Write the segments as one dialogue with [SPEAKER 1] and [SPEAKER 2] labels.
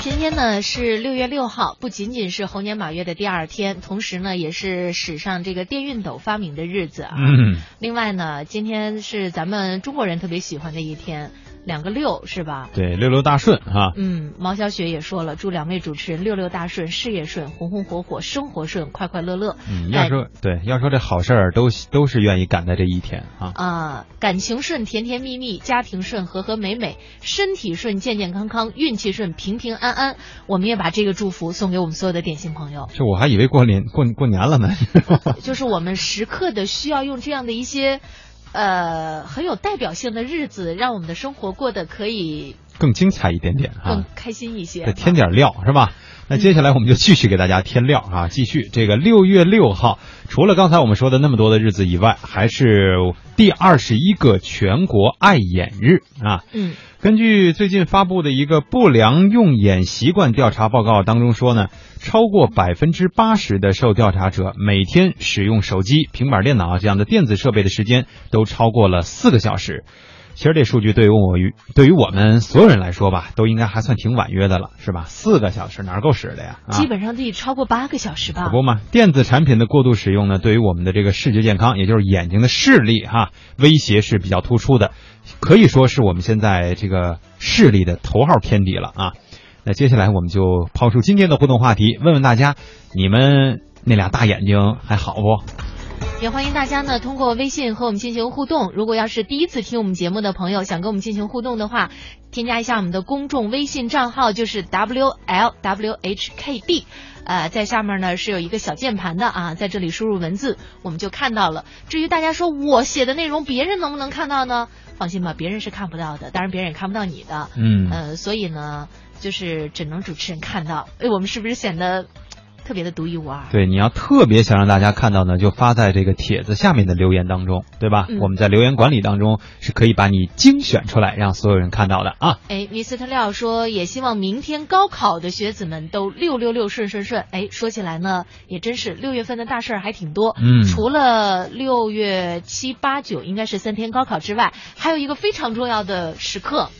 [SPEAKER 1] 今天呢是六月六号，不仅仅是猴年马月的第二天，同时呢也是史上这个电熨斗发明的日子啊。
[SPEAKER 2] 嗯，
[SPEAKER 1] 另外呢，今天是咱们中国人特别喜欢的一天，两个六是吧？
[SPEAKER 2] 对，六六大顺哈、
[SPEAKER 1] 嗯，毛小雪也说了，祝两位主持人六六大顺，事业顺，红红火火，生活顺，快快乐乐。
[SPEAKER 2] 嗯，要说对，要说这好事儿都都是愿意赶在这一天啊。，
[SPEAKER 1] 啊、感情顺，甜甜蜜蜜；家庭顺，和和美美；身体顺，健健康康；运气顺，平平安安。我们也把这个祝福送给我们所有的点心朋友
[SPEAKER 2] 这我还以为过年过过年了呢。
[SPEAKER 1] 就是我们时刻的需要用这样的一些，呃，很有代表性的日子，让我们的生活过得可以
[SPEAKER 2] 更精彩一点点
[SPEAKER 1] 更
[SPEAKER 2] 啊，嗯
[SPEAKER 1] 开心一些。
[SPEAKER 2] 再添点料是吧？那接下来我们就继续给大家添料啊，继续这个六月六号，除了刚才我们说的那么多的日子以外，还是第二十一个全国爱眼日啊。
[SPEAKER 1] 嗯
[SPEAKER 2] 根据最近发布的一个不良用眼习惯调查报告当中说呢，超过百分之八十的受调查者每天使用手机、平板电脑这样的电子设备的时间都超过了四个小时。其实这数据对于我于对于我们所有人来说吧，都应该还算挺婉约的了，是吧？四个小时哪儿够使的呀？啊、
[SPEAKER 1] 基本上得超过八个小时吧
[SPEAKER 2] 可。不嘛，电子产品的过度使用呢，对于我们的这个视觉健康，也就是眼睛的视力哈、威胁是比较突出的，可以说是我们现在这个视力的头号天敌了啊。那接下来我们就抛出今天的互动话题，问问大家，你们那俩大眼睛还好不？
[SPEAKER 1] 也欢迎大家呢通过微信和我们进行互动。如果要是第一次听我们节目的朋友，想跟我们进行互动的话，添加一下我们的公众微信账号，就是 WLWHKB。呃，在下面呢是有一个小键盘的啊，在这里输入文字，我们就看到了。至于大家说我写的内容，别人能不能看到呢？放心吧，别人是看不到的，当然别人也看不到你的。
[SPEAKER 2] 嗯
[SPEAKER 1] 呃，所以呢，就是只能主持人看到。哎，我们是不是显得特别的独一无二？
[SPEAKER 2] 对，你要特别想让大家看到呢，就发在这个帖子下面的留言当中，对吧？
[SPEAKER 1] 嗯
[SPEAKER 2] 我们在留言管理当中是可以把你精选出来，让所有人看到的啊。
[SPEAKER 1] 哎，Mr. 廖说，也希望明天高考的学子们都六六六顺顺顺。哎，说起来呢，也真是六月份的大事儿还挺多。
[SPEAKER 2] 嗯
[SPEAKER 1] 除了六月七八九应该是三天高考之外，还有一个非常重要的时刻，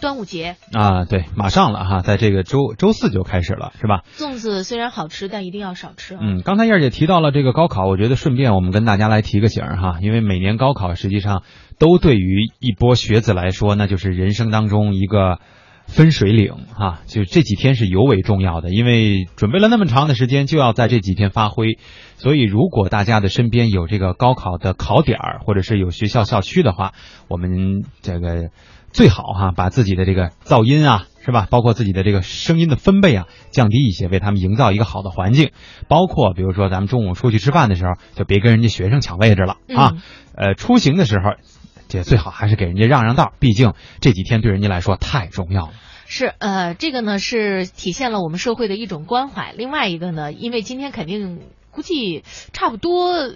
[SPEAKER 1] 端午节。
[SPEAKER 2] 啊，对，马上了哈，在这个周周四就开始了，是吧？
[SPEAKER 1] 粽子虽然好吃，但一定要少吃啊。
[SPEAKER 2] 嗯，刚才燕儿姐提到了这个高考，我觉得顺便我们跟大家来提个醒儿哈，因为每年高考实际上都对于一波学子来说，那就是人生当中一个分水岭哈，就这几天是尤为重要的，因为准备了那么长的时间，就要在这几天发挥。所以，如果大家的身边有这个高考的考点儿，或者是有学校校区的话，我们这个最好哈、把自己的这个噪音啊，是吧？包括自己的这个声音的分贝啊，降低一些，为他们营造一个好的环境。包括比如说咱们中午出去吃饭的时候，就别跟人家学生抢位置了啊。
[SPEAKER 1] 嗯
[SPEAKER 2] 呃，出行的时候，这最好还是给人家让让道，毕竟这几天对人家来说太重要了。
[SPEAKER 1] 是，呃，这个呢是体现了我们社会的一种关怀。另外一个呢，因为今天肯定估计差不多，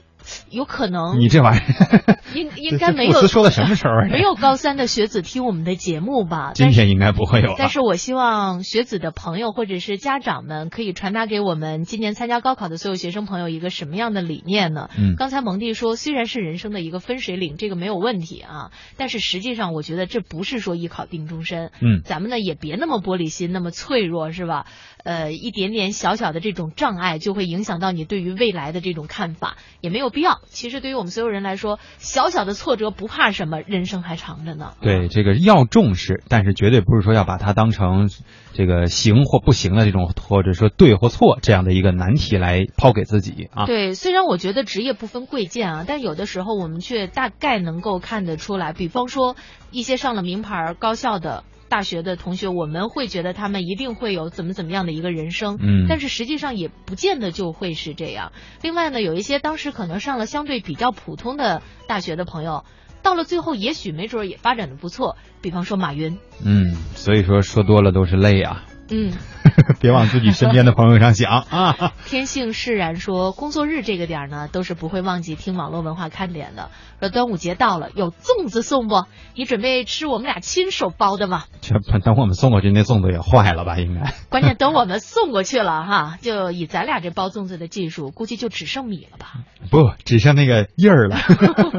[SPEAKER 1] 有可能
[SPEAKER 2] 你这玩意儿，
[SPEAKER 1] 应嗯应该没有
[SPEAKER 2] 这这说的什么时候啊？
[SPEAKER 1] 没有高三的学子听我们的节目 吧？
[SPEAKER 2] 今天应该不会有啊
[SPEAKER 1] 但
[SPEAKER 2] 了。
[SPEAKER 1] 是我希望学子的朋友或者是家长们可以传达给我们今年参加高考的所有学生朋友一个什么样的理念呢？
[SPEAKER 2] 嗯
[SPEAKER 1] 刚才蒙蒂说，虽然是人生的一个分水岭，这个没有问题啊，但是实际上我觉得这不是说一考定终身，
[SPEAKER 2] 嗯
[SPEAKER 1] 咱们呢也别那么玻璃心，那么脆弱是吧？呃，一点点小小的这种障碍就会影响到你对于未来的这种看法，也没有必要。其实对于我们所有人来说，小小的挫折不怕什么，人生还长着呢。
[SPEAKER 2] 对这个要重视，但是绝对不是说要把它当成这个行或不行的这种，或者说对或错这样的一个难题来抛给自己啊。
[SPEAKER 1] 对，虽然我觉得职业不分贵贱啊，但有的时候我们却大概能够看得出来，比方说一些上了名牌儿高校的。大学的同学，我们会觉得他们一定会有怎么怎么样的一个人生，
[SPEAKER 2] 嗯
[SPEAKER 1] 但是实际上也不见得就会是这样。另外呢，有一些当时可能上了相对比较普通的大学的朋友，到了最后也许没准儿也发展的不错，比方说马云，
[SPEAKER 2] 嗯，所以说说多了都是泪啊，
[SPEAKER 1] 嗯，
[SPEAKER 2] 别往自己身边的朋友上想 啊。
[SPEAKER 1] 天性释然说，工作日这个点儿呢，都是不会忘记听网络文化看点的。说端午节到了，有粽子送不？你准备吃我们俩亲手包的吗？
[SPEAKER 2] 这等我们送过去，那粽子也坏了吧？应该。
[SPEAKER 1] 关键等我们送过去了哈，就以咱俩这包粽子的技术，估计就只剩米了吧。
[SPEAKER 2] 不，只剩那个印儿了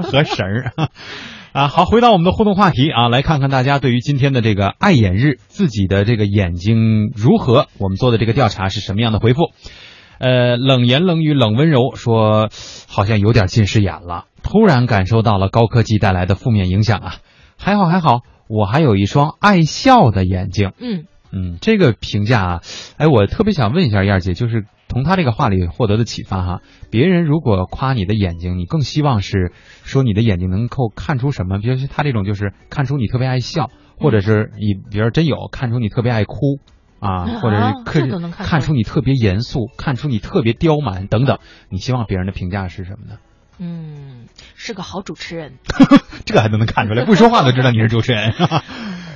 [SPEAKER 2] 和绳儿。啊，好，回到我们的互动话题啊，来看看大家对于今天的这个爱眼日，自己的这个眼睛如何？我们做的这个调查是什么样的回复？呃，冷言冷语冷温柔说，好像有点近视眼了，突然感受到了高科技带来的负面影响啊。还好还好，我还有一双爱笑的眼睛。
[SPEAKER 1] 嗯，
[SPEAKER 2] 嗯，这个评价啊，哎，我特别想问一下燕儿姐，就是从她这个话里获得的启发哈，别人如果夸你的眼睛，你更希望是说你的眼睛能够看出什么？比如说他这种就是看出你特别爱笑，或者是你比如说真有看出你特别爱哭。啊，
[SPEAKER 1] 啊
[SPEAKER 2] 或者是
[SPEAKER 1] 这都能看出来
[SPEAKER 2] 看出你特别严肃，看出你特别刁蛮等等，你希望别人的评价是什么呢？
[SPEAKER 1] 嗯，是个好主持人，
[SPEAKER 2] 这还都能看出来，不说话都知道你是主持人，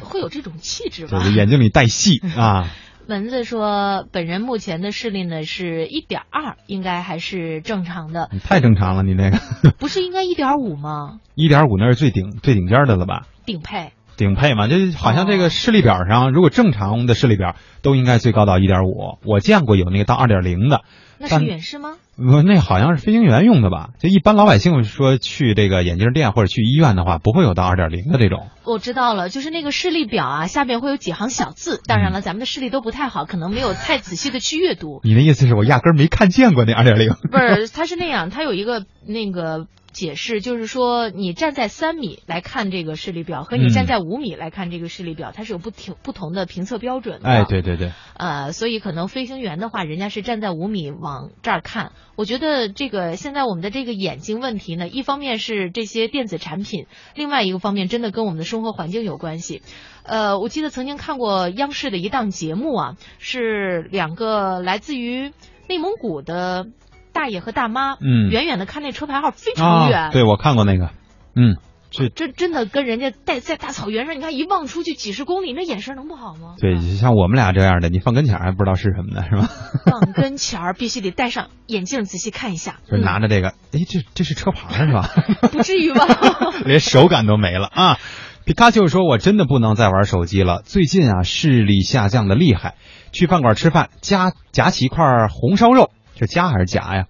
[SPEAKER 1] 会有这种气质吧
[SPEAKER 2] 就？是眼睛里带戏啊。
[SPEAKER 1] 蚊子说，本人目前的视力呢是一点二，应该还是正常的，
[SPEAKER 2] 你太正常了，你那个
[SPEAKER 1] 不是应该一点五吗？
[SPEAKER 2] 一点五那是最顶最顶尖儿的了吧？
[SPEAKER 1] 顶配。
[SPEAKER 2] 顶配嘛，就好像这个视力表上，如果正常的视力表都应该最高到一点五，我见过有那个到二点零的，
[SPEAKER 1] 那
[SPEAKER 2] 但
[SPEAKER 1] 是远视吗？
[SPEAKER 2] 呃那好像是飞行员用的吧？就一般老百姓说去这个眼镜店或者去医院的话，不会有到二点零的这种。
[SPEAKER 1] 我知道了，就是那个视力表啊，下面会有几行小字。当
[SPEAKER 2] 嗯
[SPEAKER 1] 然了，咱们的视力都不太好，可能没有太仔细的去阅读。
[SPEAKER 2] 你的意思是我压根儿没看见过那二点零？
[SPEAKER 1] 不是，它是那样，它有一个那个解释，就是说你站在三米来看这个视力表，和你站
[SPEAKER 2] 嗯
[SPEAKER 1] 在五米来看这个视力表，它是有不挺不同的评测标准的。
[SPEAKER 2] 哎，，对对对，
[SPEAKER 1] 呃，所以可能飞行员的话，人家是站在五米往这儿看。我觉得这个现在我们的这个眼睛问题呢，一方面是这些电子产品，另外一个方面真的跟我们的生活环境有关系。呃，我记得曾经看过央视的一档节目啊，是两个来自于内蒙古的大爷和大妈，
[SPEAKER 2] 嗯
[SPEAKER 1] 远远的看那车牌号非常远，
[SPEAKER 2] 啊，对我看过那个，嗯，是
[SPEAKER 1] 这真的跟人家在在大草原上，你看一望出去几十公里，那眼神能不好吗？
[SPEAKER 2] 对，像我们俩这样的，你放跟前儿还不知道是什么呢，是吧？
[SPEAKER 1] 放跟前儿必须得戴上眼镜仔细看一下，
[SPEAKER 2] 就拿着这个，哎，这这是车牌儿是吧？
[SPEAKER 1] 嗯、不至于 吧？
[SPEAKER 2] 连手感都没了啊！皮卡丘说：“我真的不能再玩手机了，最近啊视力下降的厉害。去饭馆吃饭，夹夹起一块红烧肉，这夹还是夹呀？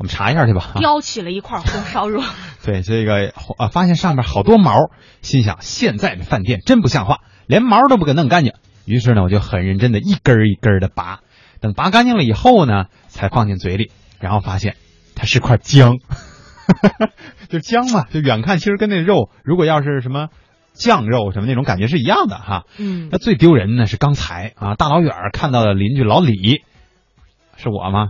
[SPEAKER 2] 我们查一下去吧。啊
[SPEAKER 1] 叼起了一块红烧 肉，
[SPEAKER 2] 对，这个啊，发现上面好多毛，心想现在这饭店真不像话，连毛都不给弄干净。于是呢，我就很认真的一根儿一根的拔，等拔干净了以后呢，才放进嘴里，然后发现它是块姜， 就姜嘛，就远看其实跟那肉，如果要是什么酱肉什么那种感觉是一样的哈。
[SPEAKER 1] 嗯
[SPEAKER 2] 那，最丢人呢是刚才啊，大老远儿看到了邻居老李，是我吗？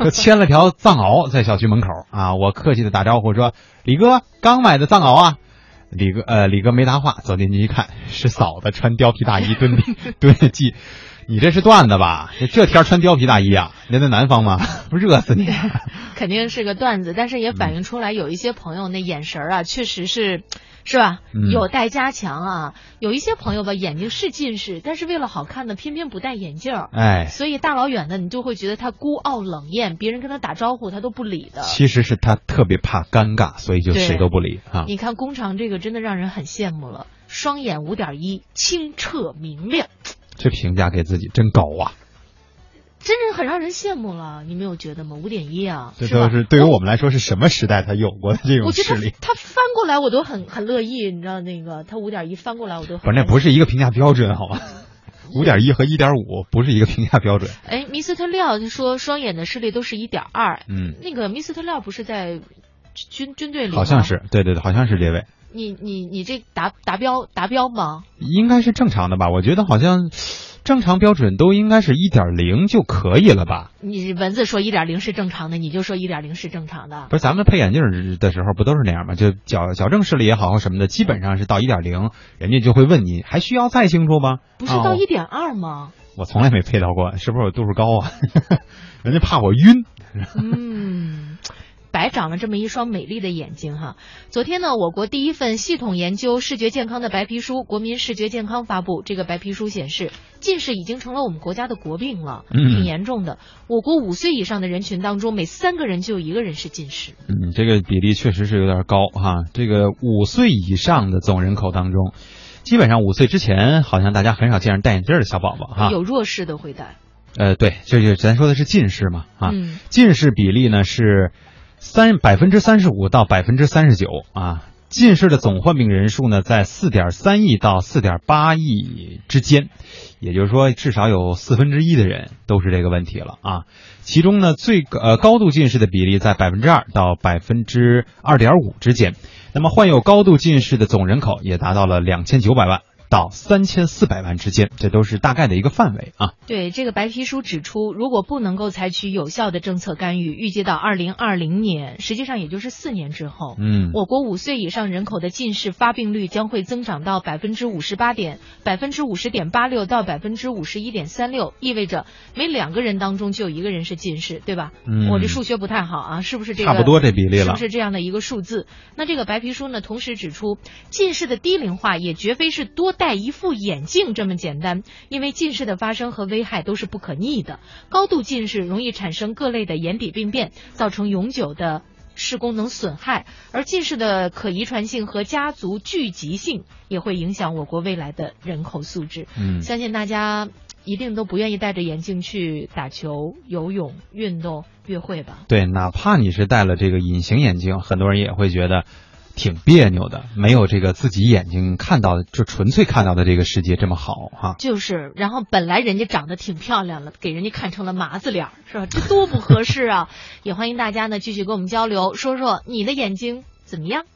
[SPEAKER 2] 就牵了条藏獒在小区门口啊，我客气的打招呼说：“李哥，刚买的藏獒啊。”李哥，呃，李哥没答话，走进去一看，是嫂子穿貂皮大衣蹲地蹲着系。你这是段子吧？这这天儿穿貂皮大衣啊？人在南方吗？ 不热死你！ 啊
[SPEAKER 1] 肯定是个段子，但是也反映出来有一些朋友那眼神儿啊，确实是，是吧？
[SPEAKER 2] 嗯
[SPEAKER 1] 有待加强啊。有一些朋友吧，眼睛是近视，但是为了好看呢，偏偏不戴眼镜儿。
[SPEAKER 2] 哎，
[SPEAKER 1] 所以大老远的，你就会觉得他孤傲冷艳，别人跟他打招呼他都不理的。
[SPEAKER 2] 其实是他特别怕尴尬，所以就
[SPEAKER 1] 对
[SPEAKER 2] 谁都不理啊。
[SPEAKER 1] 你看工厂这个真的让人很羡慕了，双眼五点一，清澈明亮，
[SPEAKER 2] 这评价给自己真高啊！
[SPEAKER 1] 真是很让人羡慕了。你没有觉得吗？五点一啊，
[SPEAKER 2] 这
[SPEAKER 1] 是
[SPEAKER 2] 都
[SPEAKER 1] 吧？
[SPEAKER 2] 是对于我们来说是什么时代才有过的这种
[SPEAKER 1] 我觉
[SPEAKER 2] 势
[SPEAKER 1] 得
[SPEAKER 2] 力？
[SPEAKER 1] 他他翻过来我都很很乐意，你知道那个他五点一翻过来我都很
[SPEAKER 2] 不是，那
[SPEAKER 1] 开心
[SPEAKER 2] 不是一个评价标准，好吗？ 五点一和一点五不是一个评价标准。
[SPEAKER 1] 哎，Mr. 廖他说双眼的视力都是一点二，
[SPEAKER 2] 嗯，
[SPEAKER 1] 那个 Mr. 廖不是在军军队里吗
[SPEAKER 2] 好像是，对对对，好像是这位，
[SPEAKER 1] 你你你这达达标达标吗？
[SPEAKER 2] 应该是正常的吧？我觉得好像正常标准都应该是一点零就可以了吧？
[SPEAKER 1] 你文字说一点零是正常的，你就说一点零是正常的。
[SPEAKER 2] 不是，咱们配眼镜的时候不都是那样吗？就矫矫正视力也好啊什么的，基本上是到一点零，人家就会问你还需要再清楚吗？
[SPEAKER 1] 不是
[SPEAKER 2] 啊
[SPEAKER 1] 到
[SPEAKER 2] 我
[SPEAKER 1] 一点二吗？
[SPEAKER 2] 我从来没配到过，是不是我度数高啊？ 人家怕我晕。
[SPEAKER 1] 嗯，白长了这么一双美丽的眼睛哈。昨天呢，我国第一份系统研究视觉健康的白皮书《国民视觉健康》发布。这个白皮书显示，近视已经成了我们国家的国病了，
[SPEAKER 2] 嗯
[SPEAKER 1] 挺严重的。我国五岁以上的人群当中，每三个人就有一个人是近视。
[SPEAKER 2] 嗯，这个比例确实是有点高哈。这个五岁以上的总人口当中，基本上五岁之前，好像大家很少见着戴眼镜的小宝宝哈。
[SPEAKER 1] 有弱视的会戴。
[SPEAKER 2] 呃，对，这就咱说的是近视嘛啊，
[SPEAKER 1] 嗯
[SPEAKER 2] 近视比例呢是三百分之三十五到百分之三十九啊。近视的总患病人数呢，在四点三亿到四点八亿之间，也就是说，至少有四分之一的人都是这个问题了啊。其中呢，最呃高度近视的比例在百分之二到百分之二点五之间。那么，患有高度近视的总人口也达到了两千九百万到三千四百万之间，这都是大概的一个范围啊。
[SPEAKER 1] 对这个白皮书指出，如果不能够采取有效的政策干预，预计到二零二零年，实际上也就是四年之后，
[SPEAKER 2] 嗯，
[SPEAKER 1] 我国五岁以上人口的近视发病率将会增长到百分之五十八点百分之五十点八六到百分之五十一点三六，意味着每两个人当中就有一个人是近视，对吧？
[SPEAKER 2] 嗯
[SPEAKER 1] 我这数学不太好啊，是不是这个
[SPEAKER 2] 差不多这比例
[SPEAKER 1] 是
[SPEAKER 2] 了
[SPEAKER 1] 不。是这样的一个数字？那这个白皮书呢，同时指出，近视的低龄化也绝非是多戴一副眼镜这么简单，因为近视的发生和危害都是不可逆的。高度近视容易产生各类的眼底病变，造成永久的视功能损害，而近视的可遗传性和家族聚集性也会影响我国未来的人口素质。
[SPEAKER 2] 嗯，
[SPEAKER 1] 相信大家一定都不愿意戴着眼镜去打球、游泳、运动、约会吧？
[SPEAKER 2] 对，哪怕你是戴了这个隐形眼镜，很多人也会觉得挺别扭的，没有这个自己眼睛看到的，就纯粹看到的这个世界这么好哈、
[SPEAKER 1] 就是，然后本来人家长得挺漂亮了，给人家看成了麻子脸儿，是吧？这多不合适 啊！也欢迎大家呢继续跟我们交流，说说你的眼睛怎么样？